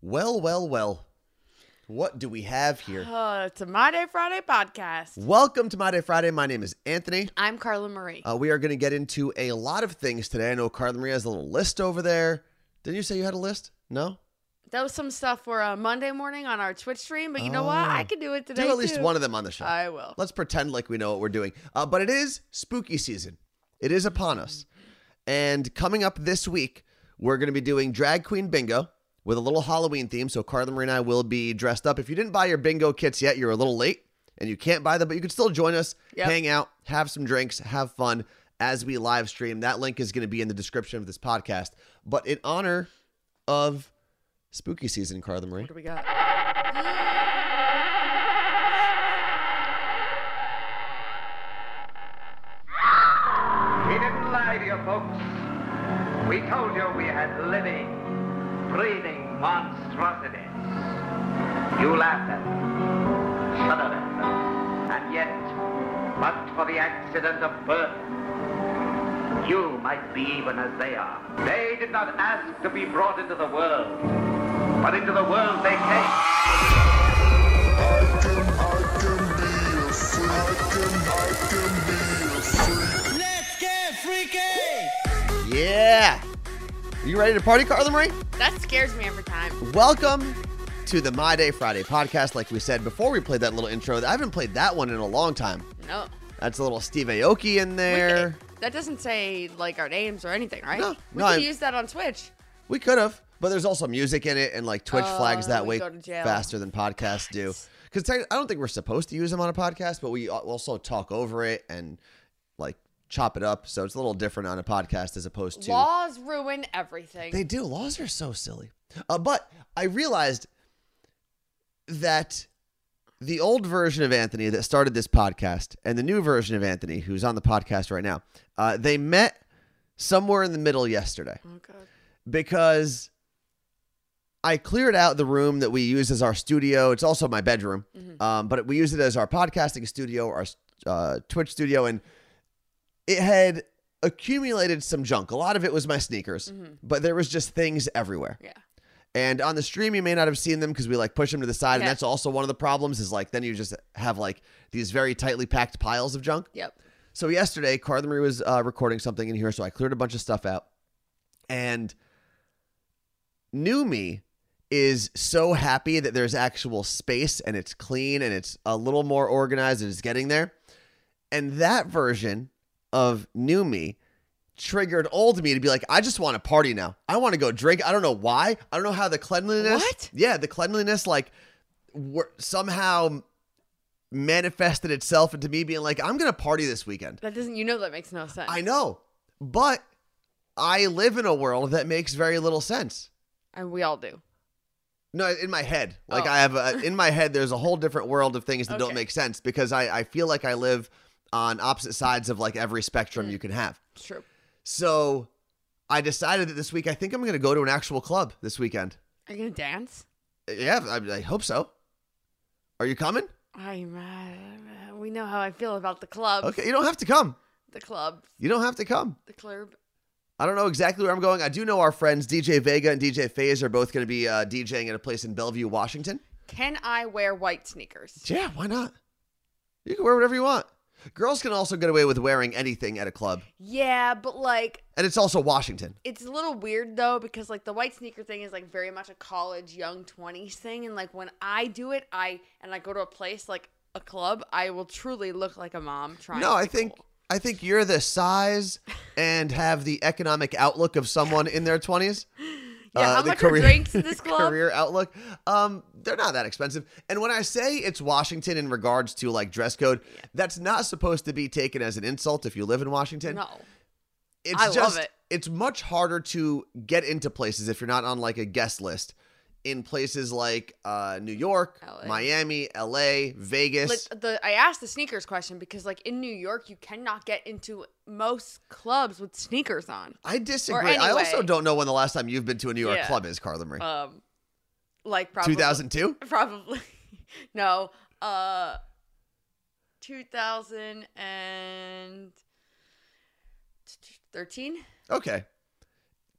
Well, well, well. What do we have here? Uh, it's a My Day Friday podcast. Welcome to My Day Friday. My name is Anthony. I'm Carla Marie. Uh, we are going to get into a lot of things today. I know Carla Marie has a little list over there. Didn't you say you had a list? No? that was some stuff for uh, Monday morning on our Twitch stream, but you know what? I Oh. could do it today. Do at least too. one of them on the show. I will. Let's pretend like we know what we're doing. Uh, but it is spooky season, it is upon us. And coming up this week, we're going to be doing Drag Queen Bingo with a little Halloween theme. So Carla Marie and I will be dressed up. If you didn't buy your bingo kits yet, you're a little late and you can't buy them, but you can still join us, Yep. hang out, have some drinks, have fun as we live stream. That link is going to be in the description of this podcast. But in honor of spooky season, Carla Marie. What do we got? We didn't lie to you folks. We told you we had living, breathing monstrosities. You laughed at them, shuddered at them, and yet, but for the accident of birth, you might be even as they are. They did not ask to be brought into the world, but into the world they came. Yeah. You ready to party, Carla Marie? That scares me every time. Welcome to the My Day Friday podcast. Like we said before, we played that little intro. I haven't played that one in a long time. No. That's a little Steve Aoki in there. That doesn't say like our names or anything, right? No, we no, could I'm- use that on Twitch. We could have, but there's also music in it, and like Twitch flags Oh, that we way go to jail. faster than podcasts do. Because I don't think we're supposed to use them on a podcast, but we al- also talk over it and like chop it up. So it's a little different on a podcast as opposed to Laws ruin everything. They do. Laws are so silly. Uh, but I realized that the old version of Anthony that started this podcast and the new version of Anthony, who's on the podcast right now, uh, they met somewhere in the middle yesterday oh god. because I cleared out the room that we use as our studio. It's also my bedroom, um, but we use it as our podcasting studio, our uh, Twitch studio, and it had accumulated some junk. A lot of it was my sneakers, but there was just things everywhere. Yeah. And on the stream, you may not have seen them because we like push them to the side, and Yeah. that's also one of the problems. Is like then you just have like these very tightly packed piles of junk. Yep. So yesterday, Carla Marie was uh, recording something in here, so I cleared a bunch of stuff out. And new me is so happy that there's actual space and it's clean and it's a little more organized and it's getting there. And that version of new me triggered old me to be like, I just want to party now. I want to go drink. I don't know why. I don't know how the cleanliness. What? Yeah, the cleanliness like wor- somehow manifested itself into me being like, I'm gonna party this weekend. That doesn't. You know that makes no sense. I know, but I live in a world that makes very little sense. And we all do. No, in my head. Like Oh. I have a, in my head, there's a whole different world of things that don't Okay. make sense because I, I feel like I live on opposite sides of like every spectrum Hmm. you can have. It's true. So I decided that this week I think I'm going to go to an actual club this weekend. Are you gonna dance? Yeah, I, I hope so. Are you Um, coming? I'm. Uh, we know how I feel about the club. Okay, you don't have to come. The club. You don't have to come. The club. I don't know exactly where I'm going. I do know our friends DJ Vega and DJ Faze are both going to be uh, DJing at a place in Bellevue, Washington. Can I wear white sneakers? Yeah, why not? You can wear whatever you want. Girls can also get away with wearing anything at a club, Yeah, but like and it's also Washington. it's a little weird though because like the white sneaker thing is like very much a college young 20s thing and like when I do it, I and I go to a place like a club, I will truly look like a mom trying No, to I be think cool. I think you're the size and have the economic outlook of someone in their 20s. Yeah, uh, how the much career- are drinks at this club? career outlook. Um, they're not that expensive. And when I say it's Washington in regards to like dress code, that's not supposed to be taken as an insult if you live in Washington. No. it's I love just it. it's much harder to get into places if you're not on like a guest list in places like uh New York, LA. Miami, LA, Vegas. Like the I asked the sneakers question because like in New York you cannot get into most clubs with sneakers on. I disagree. I also anyway. don't know when the last time you've been to a New York Yeah. club is, Carla Marie. Um like probably 2002? Probably. No. Uh 2013? Okay.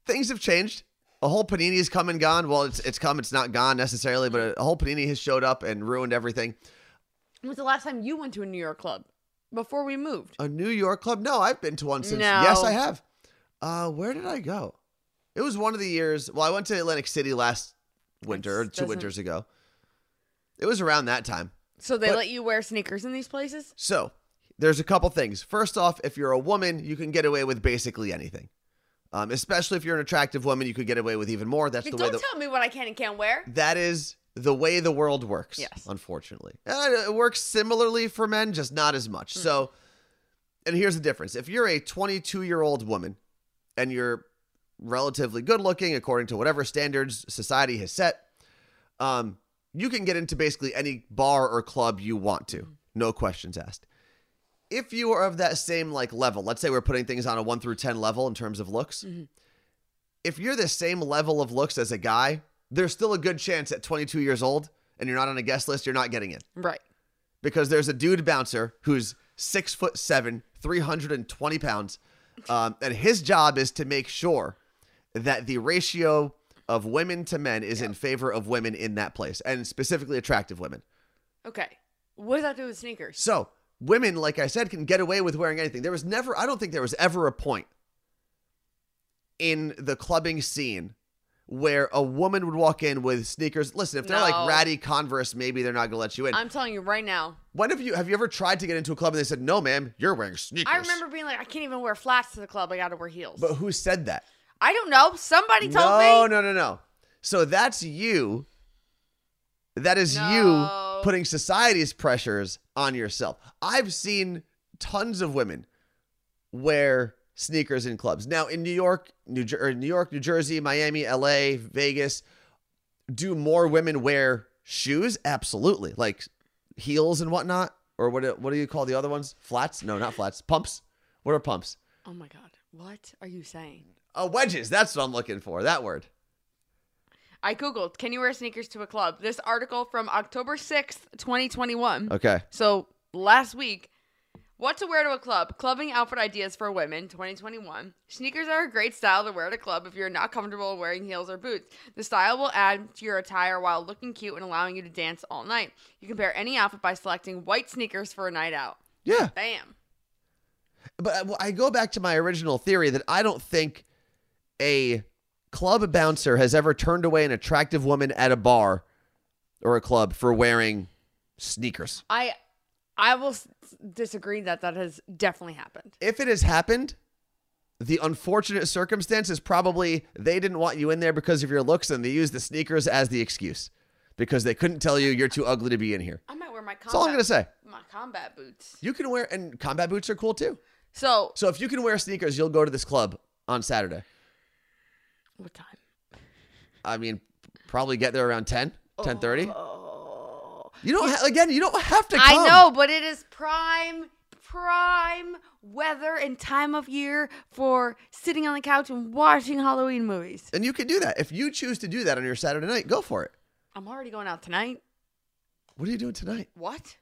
Things have changed. a whole panini's come and gone. Well, it's it's come, it's not gone necessarily, but Mm-hmm. a whole panini has showed up and ruined everything. When was the last time you went to a New York club? Before we moved. A New York club? No, I've been to one since. No. Yes, I have. Uh, where did I go? It was one of the years. Well, I went to Atlantic City last winter, or That's- two doesn't- winters ago. It was around that time. So they But- let you wear sneakers in these places? So there's a couple things. First off, if you're a woman, you can get away with basically anything. Um, especially if you're an attractive woman, you could get away with even more. That's Like, the way don't the, tell me what I can and can't wear. that is the way the world works. Yes. Unfortunately, And it works similarly for men, just not as much. So, and here's the difference: if you're a 22 year old woman and you're relatively good looking according to whatever standards society has set, um, you can get into basically any bar or club you want to, no questions asked. If you are of that same like level, let's say we're putting things on a one through ten level in terms of looks. If you're the same level of looks as a guy, there's still a good chance at 22 years old and you're not on a guest list, you're not getting in Right. because there's a dude bouncer who's six foot seven, 320 pounds. Um, and his job is to make sure that the ratio of women to men is in favor of women in that place and specifically attractive women. Okay. What does that do with sneakers? So women, like I said, can get away with wearing anything. There was never, I don't think there was ever a point in the clubbing scene where a woman would walk in with sneakers. Listen, if they're No. like ratty Converse, maybe they're not going to let you in. I'm telling you right now. When have you have you ever tried to get into a club and they said, "No, ma'am, you're wearing sneakers"? I remember being like, I can't even wear flats to the club. I got to wear heels. But who said that? I don't know. Somebody told no, me. no, no, no. So that's you. That is No. you putting society's pressures on yourself. I've seen tons of women wear sneakers in clubs. Now in New York, New Jer- or New York, New Jersey, Miami, LA, Vegas, do more women wear shoes? Absolutely. Like heels and whatnot. Or what do- what do you call the other ones? Flats? No, not flats. Pumps? What are pumps? Oh my God. What are you saying? Uh, wedges. That's what I'm looking for. That word. I Googled, can you wear sneakers to a club? This article from October 6th, 2021. Okay. So last week, what to wear to a club? Clubbing outfit ideas for women, 2021. Sneakers are a great style to wear at a club if you're not comfortable wearing heels or boots. The style will add to your attire while looking cute and allowing you to dance all night. You can pair any outfit by selecting white sneakers for a night out. Yeah. Bam. But I- well, I go back to my original theory that I don't think a club bouncer has ever turned away an attractive woman at a bar or a club for wearing sneakers. I I will s- disagree that that has definitely happened. If it has happened, the unfortunate circumstance is probably they didn't want you in there because of your looks and they used the sneakers as the excuse because they couldn't tell you you're too ugly to be in here. I might wear my combat, That's all I'm going to say. my combat boots. You can wear, and combat boots are cool too. So So if you can wear sneakers, you'll go to this club on Saturday. what time? I mean, probably get there around 10, 10.30. Oh. You don't ha- again. You don't have to. Come. I know, but it is prime, prime weather and time of year for sitting on the couch and watching Halloween movies. and you can do that if you choose to do that on your Saturday night. Go for it. I'm already going out tonight. What are you doing tonight? What?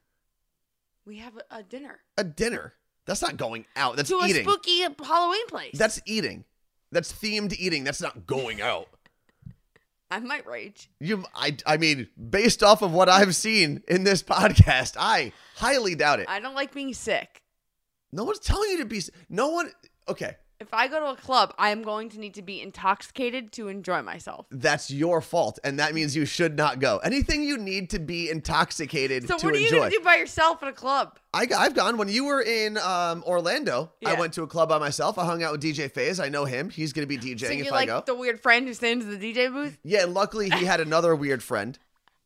We have a, a dinner A dinner. That's not going out. That's to eating. a spooky Halloween place. That's eating. That's themed eating. That's not going out. I might rage. You, I, I mean, based off of what I've seen in this podcast, I highly doubt it. I don't like being sick. no one's telling you to be. s- No one. Okay, If I go to a club, I am going to need to be intoxicated to enjoy myself. that's your fault, and that means you should not go. Anything you need to be intoxicated So to what are you enjoy. gonna do by yourself at a club? I, have gone when you were in um, Orlando. I Yeah. went to a club by myself. I hung out with DJ Faze. I know him. He's going to be DJing So if you I like go. the weird friend who stands in the DJ booth? yeah, and luckily he had another weird friend,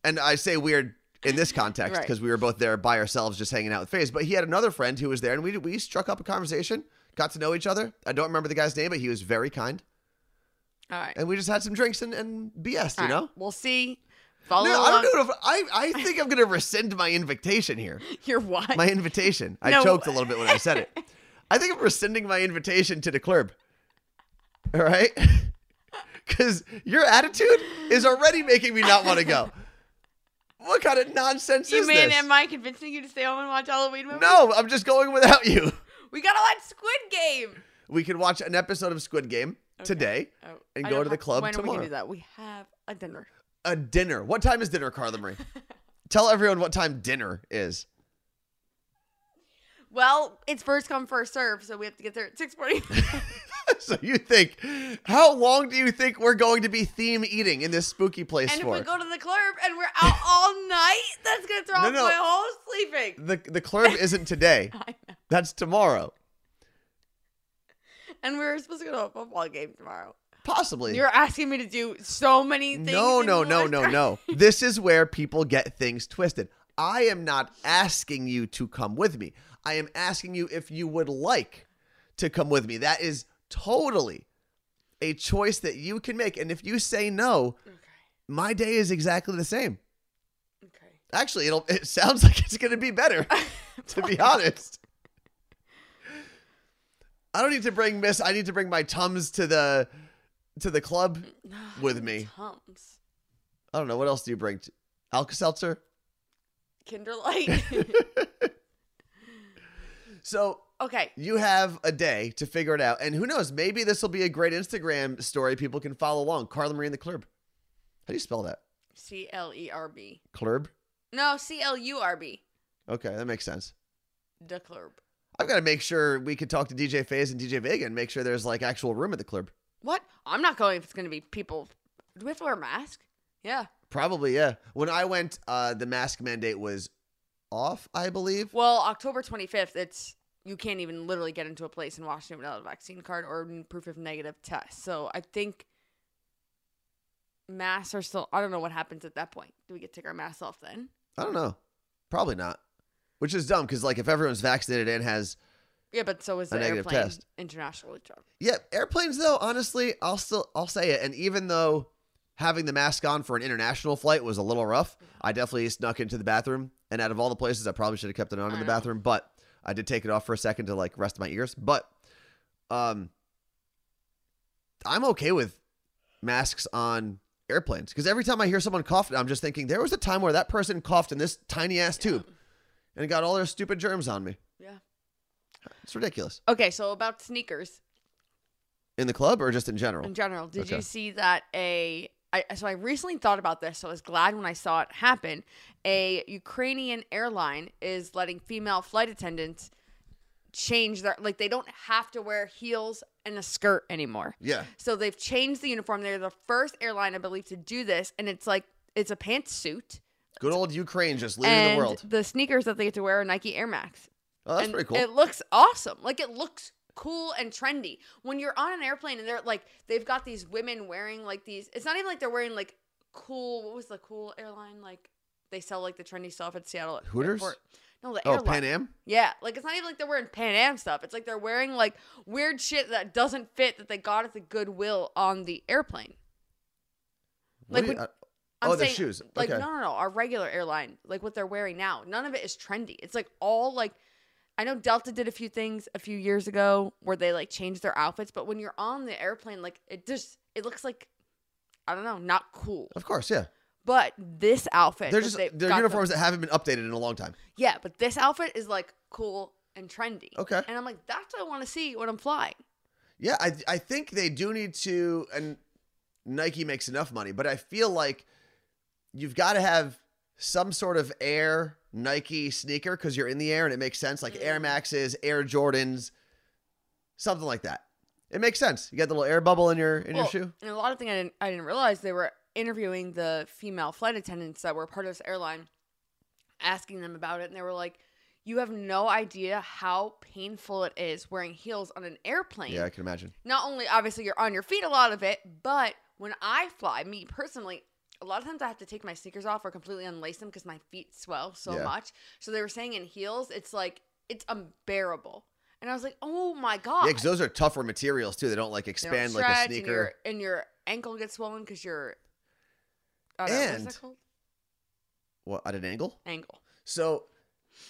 and I say weird in this context Right. because we were both there by ourselves, just hanging out with Faze. But he had another friend who was there, and we we struck up a conversation, got to know each other. I don't remember the guy's name, but he was very kind, All right. and we just had some drinks and, and BS, you All right. know. We'll see. Follow No, I along. don't know. If, I I think I'm gonna rescind my invitation here. Your what? my invitation. I No. choked a little bit when I said it. I think I'm rescinding my invitation to the club. All right? Because your attitude is already making me not want to go. What kind of nonsense you is mean this? am I convincing you to stay home and watch Halloween movies? no, I'm just going without you. We gotta watch Squid Game. We can watch an episode of Squid Game. today Oh, and I go don't to the have- club when tomorrow. When we can do that, we have a dinner. A dinner. What time is dinner, Carla Marie? Tell everyone what time dinner is. Well, it's first come first serve, so we have to get there at six forty. so you think, how long do you think we're going to be theme eating in this spooky place and if for? we go to the club and we're out all night, that's gonna throw No, off no. my whole sleeping. the the club isn't today. I know. That's tomorrow, And we were supposed to go to a football game tomorrow. possibly. You're asking me to do so many things. no, in no, no, one no, time. no. This is where people get things twisted. I am not asking you to come with me. I am asking you if you would like to come with me. That is totally a choice that you can make. And if you say no, Okay. my day is exactly the same. Okay. Actually, it'll it sounds like it's going to be better. to be honest. I don't need to bring Miss. I need to bring my tums to the to the club with me. Tums. I don't know what else do you bring. To, Alka-Seltzer. Kinder Light. So okay. you have a day to figure it out, and who knows? Maybe this will be a great Instagram story people can follow along. Carla Marie and the Club. How do you spell that? C L E R B. Club. No, C L U R B. Okay, that makes sense. The club. I've got to make sure we can talk to DJ Faze and DJ Vega and make sure there's like actual room at the club. What? I'm not going if it's going to be people. Do we have to wear a mask? Yeah. Probably, yeah. When I went, uh, the mask mandate was off, I believe. Well, October 25th, it's you can't even literally get into a place in Washington without a vaccine card or n- proof of negative test. So I think masks are still. I don't know what happens at that point. Do we get to take our masks off then? I don't know. Probably not. Which is dumb because like if everyone's vaccinated and has Yeah, but so is A the negative airplane test. international travel. yeah airplanes though honestly I'll still I'll say it and even though having the mask on for an international flight was a little rough I definitely snuck into the bathroom and out of all the places I probably should have kept it on I in the know. bathroom but I did take it off for a second to like rest my ears but um I'm okay with masks on airplanes because every time I hear someone cough I'm just thinking there was a time where that person coughed in this tiny ass tube and got all their stupid germs on me. Yeah. It's ridiculous. Okay, so about sneakers In the club or just in general? in general, did Oh, Okay. you see that a I, so I recently thought about this, so I was glad when I saw it happen. A Ukrainian airline is letting female flight attendants change their like they don't have to wear heels and a skirt anymore. yeah. So they've changed the uniform. They're the first airline I believe to do this and it's like it's a pantsuit Good old Ukraine just leaving and the world. sneakers that they get to wear are Nike Air Max. Oh, that's and pretty cool. It looks awesome. Like it looks cool and trendy. When you're on an airplane and they're like they've got these women wearing like these it's not even like they're wearing like cool what was the cool airline like they sell like the trendy stuff at Seattle Hooters? Airport. No, the oh, airline. Pan Am? Yeah, like it's not even like they're wearing Pan Am stuff. It's like they're wearing like weird shit that doesn't fit that they got at the Goodwill on the airplane. What Like do you- when- uh, oh, their shoes. Like okay. no, no, no. Our regular airline, like what they're wearing now, none of it is trendy. It's like all like, I know Delta did a few things a few years ago where they like changed their outfits, but when you're on the airplane, like it just it looks like, I don't know, not cool. Of course, yeah. But this outfit, They're that just they've they're got them- uniforms that haven't been updated in a long time. yeah, but this outfit is like cool and trendy. Okay. and I'm like, that's what I want to see when I'm flying. Yeah, I I think they do need to and Nike makes enough money, but I feel like you've got to have some sort of air Nike sneaker cuz you're in the air and it makes sense like Mm. Air Maxes, Air Jordans, something like that. It makes sense. You got the little air bubble in your in your Well, shoe. And a lot of things I didn't, I didn't realize they were interviewing the female flight attendants that were part of this airline, asking them about it, and they were like, "You have no idea how painful it is wearing heels on an airplane. Yeah, I can imagine. Not only obviously you're on your feet a lot of it, but when I fly, me personally." A lot of times I have to take my sneakers off or completely unlace them because my feet swell so Yeah. much. So they were saying in heels, it's like it's unbearable. And I was like, oh my god! Yeah, because those are tougher materials too. They don't like They don't expand like a stretch, and your, sneaker. and your ankle gets swollen because your I don't know, what is And- that called? What at an angle? ankle. So,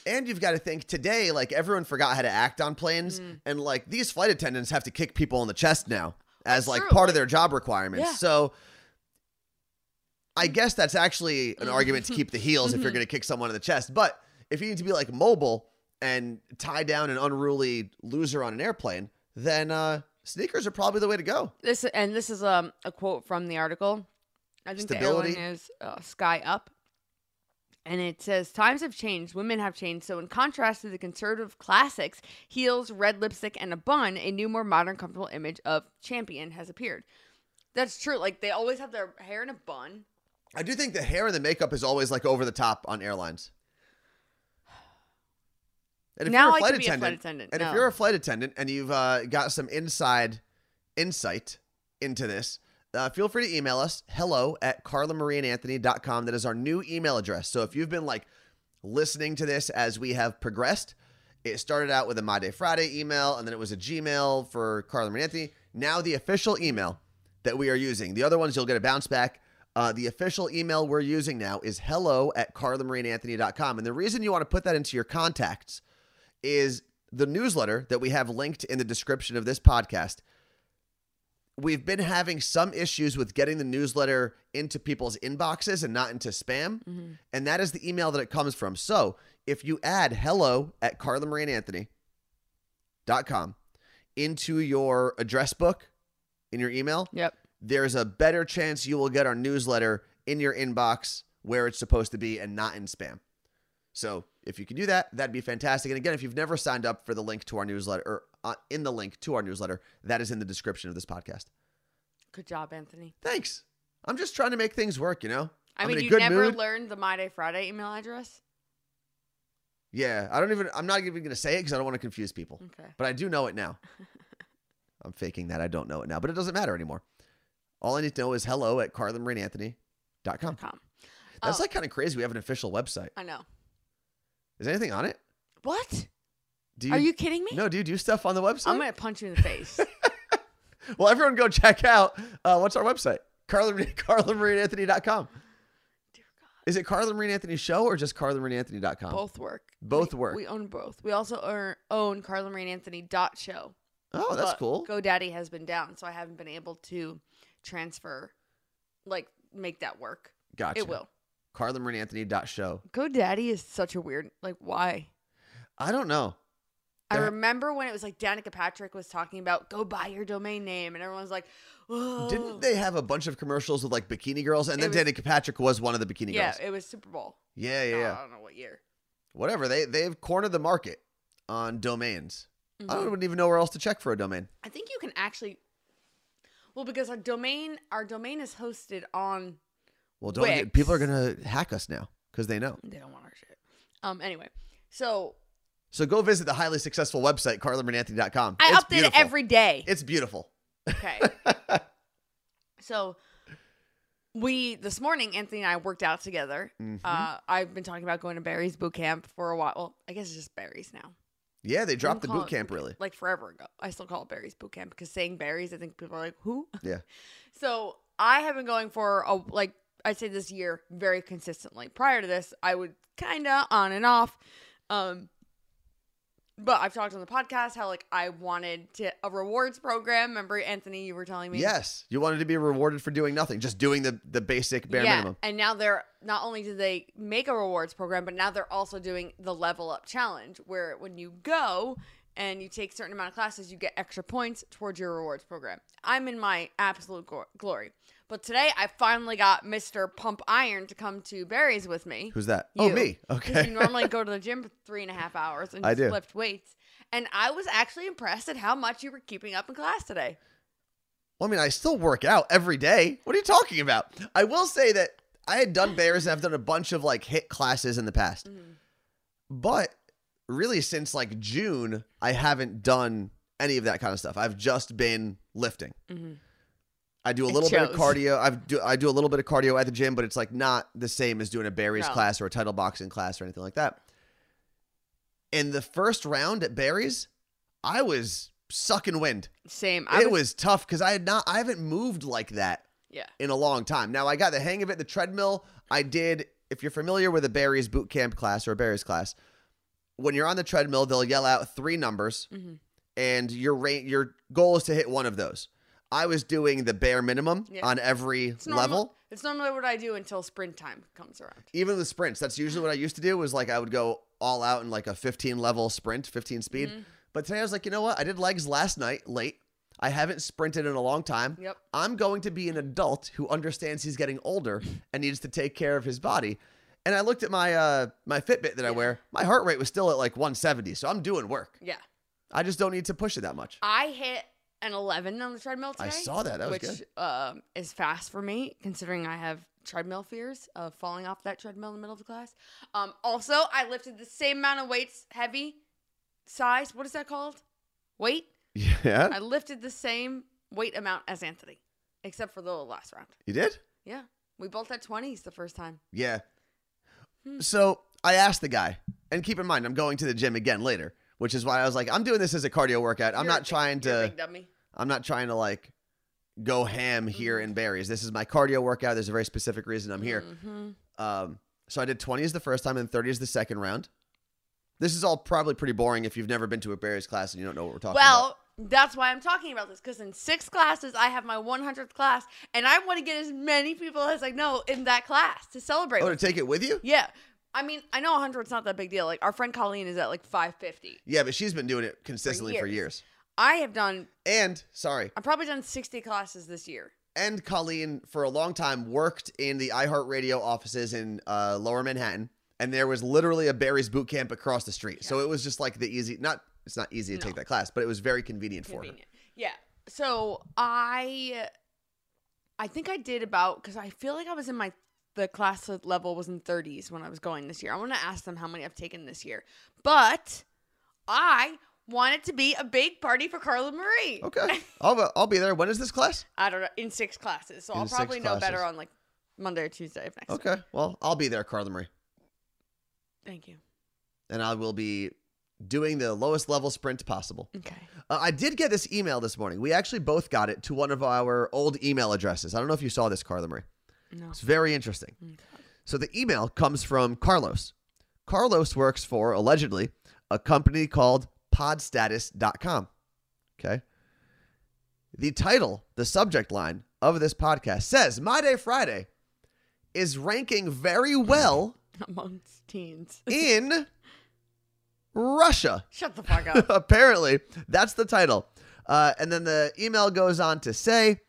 and you've got to think today, like everyone forgot how to act on planes, Mm. and like these flight attendants have to kick people in the chest now as That's like true, part of like- their job requirements. Yeah. So, I guess that's actually an argument to keep the heels if you're Mm-hmm. going to kick someone in the chest. But if you need to be like mobile and tie down an unruly loser on an airplane, then uh, Sneakers are probably the way to go. This and this is um, a quote from the article. I think Stability. the airline is uh, Sky Up, and it says times have changed, women have changed. So in contrast to the conservative classics, heels, red lipstick, and a bun, a new, more modern, comfortable image of champion has appeared. That's true. Like they always have their hair in a bun. I do think the hair and the makeup is always like over the top on airlines. And if Now you're I a flight could be a flight attendant, attendant, and no. if you're a flight attendant and you've uh, got some inside insight into this, uh, feel free to email us hello at carlamarieandanthony.com. That is our new email address. So if you've been like listening to this as we have progressed, it started out with a My Day Friday email, and then it was a Gmail for Carla Marie Anthony. Now the official email that we are using. The other ones you'll get a bounce back. Uh, the official email we're using now is hello at carlamarieandanthony.com. And the reason you want to put that into your contacts is the newsletter that we have linked in the description of this podcast. We've been having some issues with getting the newsletter into people's inboxes and not into spam. And that is the email that it comes from. So if you add hello at carlamarieandanthony.com into your address book in your email, Yep. there's a better chance you will get our newsletter in your inbox where it's supposed to be and not in spam. So if you can do that, that'd be fantastic. And again, if you've never signed up for the link to our newsletter or uh, in the link to our newsletter, that is in the description of this podcast. Good job, Anthony. Thanks. I'm just trying to make things work, you know? I I'm mean, in a you good never mood. learned the My Day Friday email address. yeah, I don't even, I'm not even going to say it because I don't want to confuse people. Okay. But I do know it now. I'm faking that I don't know it now, but it doesn't matter anymore. All I need to know is hello at carlamarieandanthony.com. Com. That's Oh. like kind of crazy. We have an official website. I know. Is anything on it? What? Do you, Are you kidding me? No, do you do stuff on the website? I'm gonna punch you in the face. well, everyone go check out uh, what's our website? Carla CarlaMarieAnthony.com. Dear God. Is it Carla Marine Anthony Show or just CarlaMarieAnthony.com? both work. Both We- work. We own both. We also er, own Carla Marie Anthony dot show. oh, that's but cool. GoDaddy has been down, so I haven't been able to transfer, like make that work. Gotcha. It will. CarlaMarieAnthony.show. GoDaddy is such a weird. Like why? I don't know. I That- remember when it was like Danica Patrick was talking about go buy your domain name, and everyone's like, Whoa. Didn't they have a bunch of commercials with like bikini girls? And Oh. It then was- Danica Patrick was one of the bikini Yeah, girls. it was Super Bowl. yeah, yeah, Oh, yeah. I don't know what year. Whatever. They they've cornered the market on domains. I Mhm. don't even know where else to check for a domain. I think you can actually. Well, because our domain, our domain is hosted on Well, don't Wix. get, people are gonna hack us now because they know. They don't want our shit. Um. Anyway, so So go visit the highly successful website carlamarieanthony.com. I It's update it beautiful. every day. It's beautiful. Okay. so we this morning, Anthony and I worked out together. Mhm. Uh, I've been talking about going to Barry's boot camp for a while. Well, I guess it's just Barry's now. yeah, they dropped the Don't call boot it camp really. Like forever ago, I still call it Barry's boot camp because saying Barry's, I think people are like, who? Yeah. So I have been going for a like I'd say this year very consistently. Prior to this, I would kind of on and off. Um but I've talked on the podcast how like I wanted to a rewards program. Remember Anthony, you were telling me? yes, you wanted to be rewarded for doing nothing, just doing the the basic bare yeah. minimum. And now they're not only do they make a rewards program, but now they're also doing the level up challenge where when you go and you take certain amount of classes, you get extra points towards your rewards program. I'm in my absolute glo- glory. But today I finally got Mr. Pump Iron to come to Barry's with me. Who's that? Oh, You. me. 'Cause Okay. You normally go to the gym for three and a half hours and I just do. lift weights. And I was actually impressed at how much you were keeping up in class today. Well, I mean, I still work out every day. What are you talking about? I will say that I had done bears and I've done a bunch of like hit classes in the past. Mm-hmm. But really since like June, I haven't done any of that kind of stuff. I've just been lifting. I do a Mm-hmm. It little bit of shows. cardio. I do I do a little bit of cardio at the gym, but it's like not the same as doing a Barry's No. class or a title boxing class or anything like that. In the first round at Barry's, I was sucking wind Same. I it was, tough because I had not I haven't moved like that Yeah. in a long time. Now I got the hang of it. The treadmill I did. If you're familiar with a Barry's boot camp class or a Barry's class, when you're on the treadmill, they'll yell out three numbers, Mhm. and your ra- your goal is to hit one of those. I was doing the bare minimum Yeah. on every It's normal- level. It's normally what I do until sprint time comes around. even the sprints that's usually what i used to do was like i would go all out Mm-hmm. in like a 15 level sprint 15 speed but today i was like you know what i did legs last night late I haven't sprinted in a long time. Yep. I'm going to be an adult who understands he's getting older and needs to take care of his body. And I looked at my uh my Fitbit that I wear. My heart rate was still at like 170, so I'm doing work. Yeah. I just don't need to push it that much. I hit an 11 on the treadmill today. I saw that. That was which, good. um, is fast for me, considering I have treadmill fears of falling off that treadmill in the middle of the class. Um, also, I lifted the same amount of weights, heavy size. What is that called? Weight. Yeah. I lifted the same weight amount as Anthony, except for the last round. You did? Yeah. We both had 20s the first time. Yeah. Hmm. So I asked the guy, and keep in mind, I'm going to the gym again later, which is why I was like, I'm doing this as a cardio workout. I'm You're a not big- trying you're a to. big dummy. I'm not trying to like go ham here Mm-hmm. in berries. This is my cardio workout. There's a very specific reason I'm here. Mm-hmm. Um, so I did 20s the first time and 30s the second round. This is all probably pretty boring if you've never been to a berries class and you don't know what we're talking about. Well, that's why I'm talking about this because in six classes, I have my 100th class, and I want to get as many people as I know in that class to celebrate. Oh, to with. take it with you? yeah. I mean, I know 100's not that big deal. Like, our friend Colleen is at like 550. Yeah, but she's been doing it consistently for years. years. I have done, And sorry, I've probably done 60 classes this year. and Colleen for a long time worked in the iHeartRadio offices in uh, Lower Manhattan, and there was literally a Barry's boot camp across the street. So it was just like the easy not it's not easy to take that class, but it was very convenient, for her. Convenient. Yeah. So I, I think I did about because I feel like I was in my the class level was in 30s when I was going this year. I want to ask them how many I've taken this year, but I want it to be a big party for Carla Marie. Okay, I'll I'll be there. When is this class? I don't know in six classes, so In I'll six probably know better classes. on like Monday or Tuesday of next. week. Okay, well I'll be there, Carla Marie, Thank you. and I will be doing the lowest level sprint possible. Okay. Uh, I did get this email this morning. We actually both got it to one of our old email addresses. I don't know if you saw this, Carla Marie. No. It's very interesting. So the email comes from Carlos. Carlos works for, allegedly, a company called podstatus.com. Okay. The title, the subject line of this podcast says My Day Friday is ranking very well Amongst teens. in Russia. Shut the fuck up. Apparently, that's the title. Uh, and then the email goes on to say,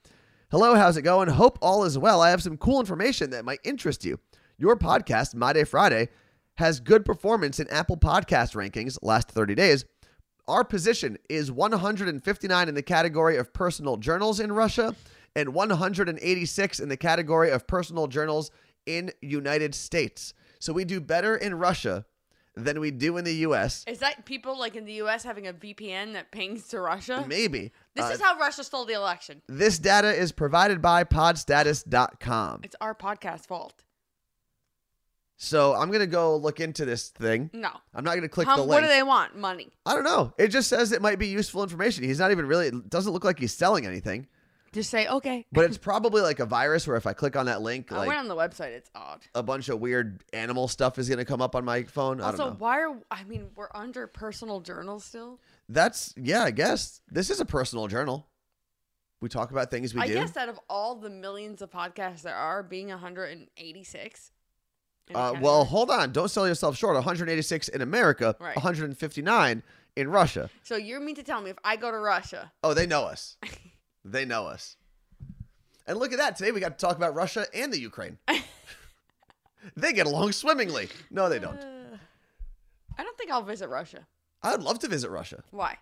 Hello, how's it going? Hope all is well. I have some cool information that might interest you. Your podcast, My Day Friday, has good performance in Apple Podcast rankings last 30 days. Our position is 159 in the category of personal journals in Russia and 186 in the category of personal journals in United States. So we do better in Russia than we do in the US. Is that people like in the U.S. having a VPN that pings to Russia? Maybe. This Uh, is how Russia stole the election. this data is provided by podstatus.com. It's our podcast fault. So I'm going to go look into this thing. No. I'm not going to click How, the what link. do they want? Money. I don't know. It just says it might be useful information. He's not even really, it doesn't look like he's selling anything, Just say, okay. but it's probably like a virus where if I click on that link, I went like on the website. It's odd. a bunch of weird animal stuff is going to come up on my phone. I don't Also, know. why are, I mean, we're under personal journals still? That's, yeah, I guess. This is a personal journal. We talk about things we I do. guess out of all the millions of podcasts there are, being 186. in a Uh, category- well, hold on. Don't sell yourself short. 186 in America, Right. 159 in Russia. So you mean to tell me if I go to Russia? Oh, they know us. they know us. And look at that. Today we got to talk about Russia and the Ukraine. they get along swimmingly. No, they don't. Uh, I don't think I'll visit Russia. I'd love to visit Russia. Why?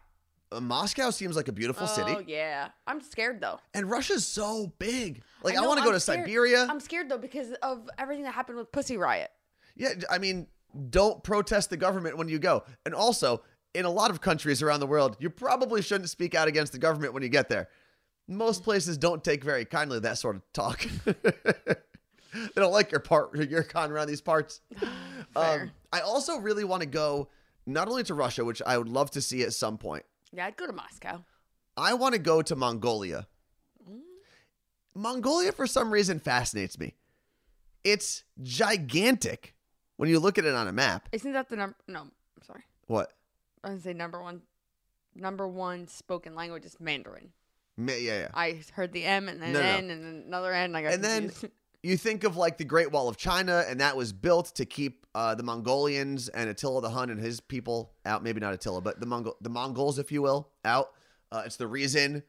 Uh, Moscow seems like a beautiful Oh, city, yeah. I'm scared though. and Russia's so big. Like I, know, want to go I'm to scared- Siberia. I'm scared though because of everything that happened with Pussy Riot. Yeah, I mean, don't protest the government when you go. And also, in a lot of countries around the world, you probably shouldn't speak out against the government when you get there. Most places don't take very kindly to that sort of talk. they don't like your part, your con around these parts. Um, Fair. I also really want to go not only to Russia, which I would love to see at some point. Yeah, I'd go to Moscow. I want to go to Mongolia. Mongolia, for some reason, fascinates me. It's gigantic when you look at it on a map. Isn't that the number? No, I'm sorry. What? I was gonna say number one, number one spoken language is Mandarin. Ma- yeah, yeah. I heard the M and then No, no, no. N and then another N. I got And then confused. you think of like the Great Wall of China, and that was built to keep uh, the Mongolians and Attila the Hun and his people out. Maybe not Attila, but the Mongol, the Mongols, if you will, out. Uh, it's the reason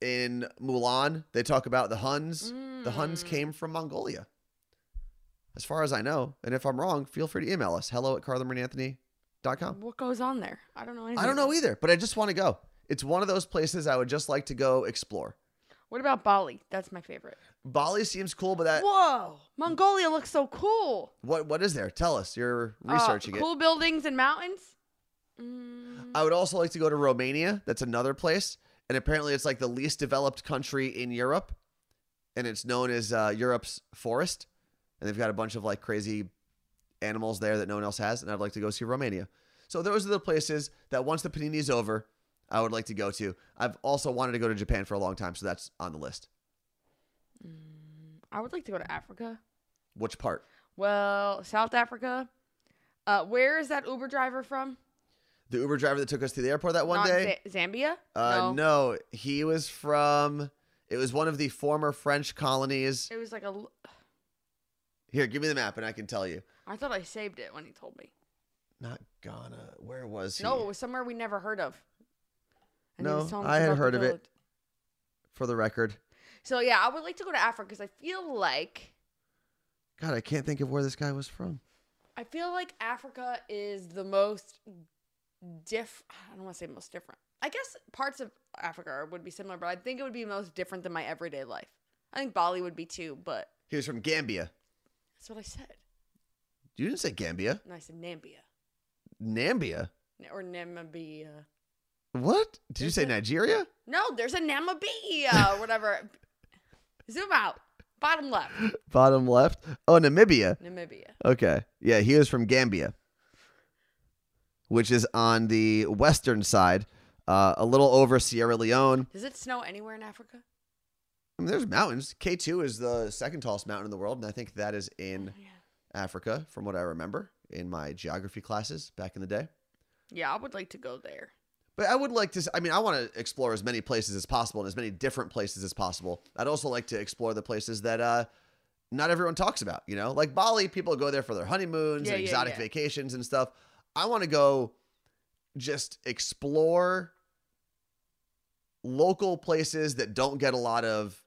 in Mulan, they talk about the Huns. The Huns Mm. came from Mongolia, as far as I know. And if I'm wrong, feel free to email us hello at carlamarieanthony.com. What goes on there? I don't know. Anything Oh. I don't know about- either, but I just want to go. It's one of those places I would just like to go explore. What about Bali? That's my favorite. Bali seems cool, but that Whoa, Mongolia looks so cool. what what is there? Tell us. You're Uh, researching it. Cool buildings and mountains. Mm, I would also like to go to Romania. That's another place. And apparently, it's like the least developed country in Europe. And it's known as uh, Europe's forest. And they've got a bunch of like crazy animals there that no one else has. And I'd like to go see Romania. So, those are the places that once the panini is over, I would like to go to. I've also wanted to go to Japan for a long time. So, that's on the list. I would like to go to Africa. Which part? Well, South Africa. Uh, where is that Uber driver from? The Uber driver that took us to the airport that one Not day? Za- Zambia. Uh, no. he was from. It was one of the former French colonies. It was like a. l- Here, give me the map, and I can tell you. I thought I saved it when he told me. Not Ghana. Where was he? No, it was somewhere we never heard of. he No, was telling us I had about the heard of it. village. For the record, So yeah, I would like to go to Africa because I feel like God, I can't think of where this guy was from. I feel like Africa is the most diff. I don't want to say most different. I guess parts of Africa would be similar, but I think it would be most different than my everyday life. I think Bali would be too, but He was from Gambia. that's what I said. You didn't say Gambia. And I said Nambia Nambia. N- N- or Namibia. What? Did you Is say it- Nigeria? No, there's a Namibia, whatever. Zoom out, bottom left, Bottom left. Oh, Namibia. Namibia. Okay. Yeah, he was from Gambia, which is on the western side, uh, a little over Sierra Leone. Does it snow anywhere in Africa? I mean, there's mountains. K2 is the second tallest mountain in the world, and I think that is in Oh, Yeah. Africa, from what I remember in my geography classes back in the day. Yeah, I would like to go there. But I would like to. s- I mean, I want to explore as many places as possible and as many different places as possible. I'd also like to explore the places that uh, not everyone talks about. You know, like Bali, people go there for their honeymoons Yeah, and yeah, exotic yeah. vacations and stuff. I want to go just explore local places that don't get a lot of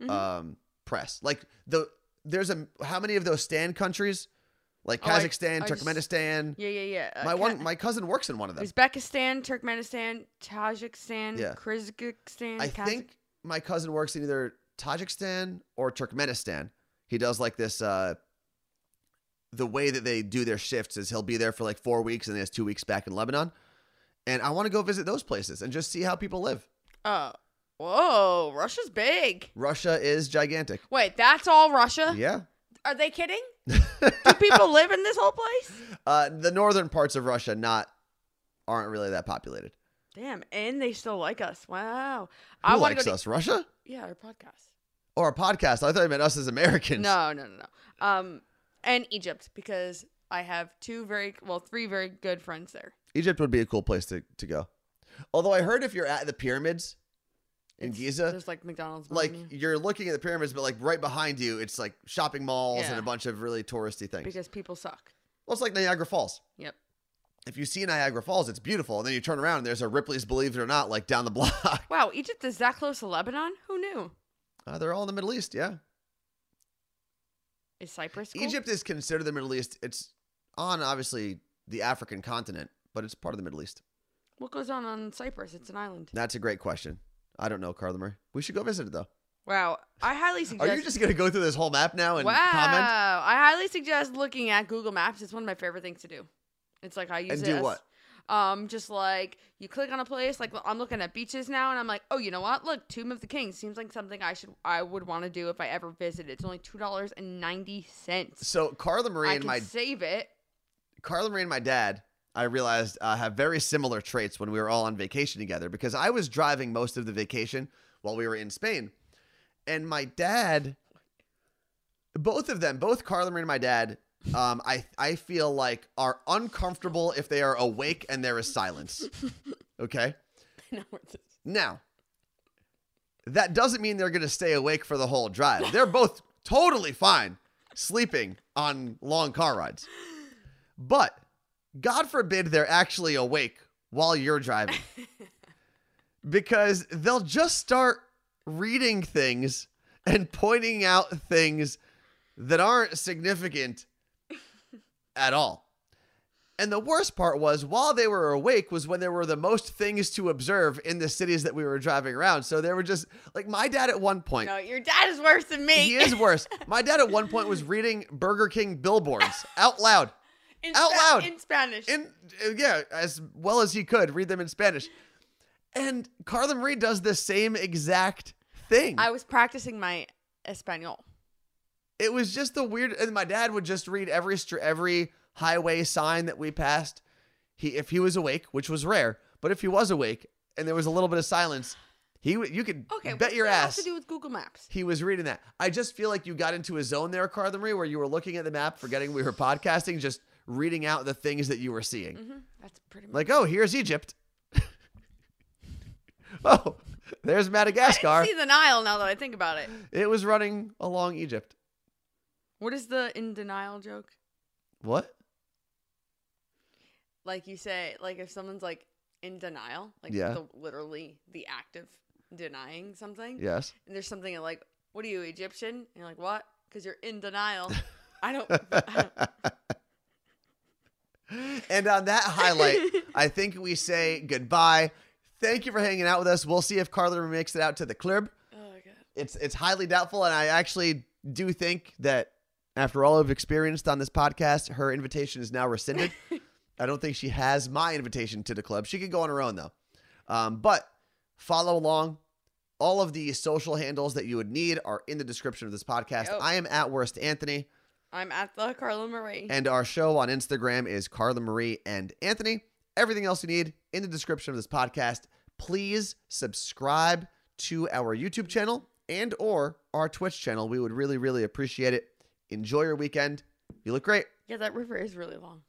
Mhm. um, press. Like the there's a how many of those stand countries, like Oh, I- Kazakhstan, I just- Turkmenistan. yeah, yeah, yeah. Uh, my Ca- one my cousin works in one of them. Uzbekistan, Turkmenistan, Tajikistan, Yeah. Kyrgyzstan. I Kazakh- think my cousin works in either Tajikistan or Turkmenistan. He does like this. Uh, the way that they do their shifts is he'll be there for like four weeks and then has two weeks back in Lebanon. And I want to go visit those places and just see how people live. Oh, whoa! Russia's big. Russia is gigantic. Wait, that's all Russia? Yeah. Are they kidding? Do people live in this whole place? Uh, the northern parts of Russia not aren't really that populated. Damn, and they still like us. Wow. Who I want likes to go. To, us? Russia yeah, our podcast. or a podcast? I thought you meant us as Americans. No, no, no, no. Um, and Egypt because I have two very well, three very good friends there. Egypt would be a cool place to, to go. Although I heard if you're at the pyramids in It's- Giza, there's like McDonald's. like behind you, you're looking at the pyramids, but like right behind you, it's like shopping malls and Yeah. a bunch of really touristy things. because people suck. well, it's like Niagara Falls. Yep. If you see Niagara Falls, it's beautiful, and then you turn around and there's a Ripley's Believe It or Not like down the block. Wow, Egypt is that close to Lebanon? Who knew? Uh, they're all in the Middle East, yeah. Is Cyprus? cool? Egypt is considered the Middle East. It's on obviously the African continent, but it's part of the Middle East. What goes on on Cyprus? It's an island. That's a great question. I don't know, Carlamer. We should go visit it though. Wow. I highly Are suggest. you just gonna go through this whole map now and wow. comment I highly suggest looking at Google Maps. It's one of my favorite things to do. It's like I use and it do as- what? Um, just like you click on a place. Like I'm looking at beaches now, and I'm like, oh, you know what? Look, Tomb of the King seems like something I should, I would want to do if I ever visit. It's only two dollars and ninety cents. So Carla Marie I and can my save it. Carla Marie and my dad, I realized, uh, have very similar traits when we were all on vacation together because I was driving most of the vacation while we were in Spain. And my dad, both of them, both Carla Marie and my dad, um, I, I feel like are uncomfortable if they are awake and there is silence. Okay. No, it's just- Now, that doesn't mean they're going to stay awake for the whole drive. They're both totally fine sleeping on long car rides. But God forbid they're actually awake while you're driving. because they'll just start reading things and pointing out things that aren't significant at all. And the worst part was while they were awake was when there were the most things to observe in the cities that we were driving around. So they were just like my dad at one point. No, your dad is worse than me. He is worse. My dad at one point was reading Burger King billboards out loud. In out Spa- loud. in Spanish. in uh, yeah as well as he could read them in spanish and carla marie does the same exact thing I was practicing my Espanol. it was just the weird and my dad would just read every str- every highway sign that we passed he if he was awake which was rare but if he was awake and there was a little bit of silence he would you could Okay, bet your what does that have ass to do with Google Maps. he was reading that. I just feel like you got into a zone there, Carla Marie, where you were looking at the map, forgetting we were podcasting, just reading out the things that you were seeing. hmm That's pretty much. Like, oh, here's Egypt. oh, there's Madagascar. I see the Nile now that I think about it. It was running along Egypt. What is the in denial joke? What? Like you say, like if someone's like in denial, like Yeah. the, literally the act of denying something, Yes. and there's something like, "What are you Egyptian?" And you're like, "What?" Because you're in denial. I don't. I don't and on that highlight, I think we say goodbye. Thank you for hanging out with us. We'll see if Carla Marie makes it out to the club. oh my god. It's it's highly doubtful, and I actually do think that after all I've experienced on this podcast, her invitation is now rescinded. I don't think she has my invitation to the club. She could go on her own though. Um, but follow along. All of the social handles that you would need are in the description of this podcast. Yep. I am at worst Anthony, I'm at the Carla Marie. and our show on Instagram is Carla Marie and Anthony. Everything else you need in the description of this podcast. Please subscribe to our YouTube channel and or our Twitch channel. We would really, really appreciate it. Enjoy your weekend. You look great. yeah, that river is really long.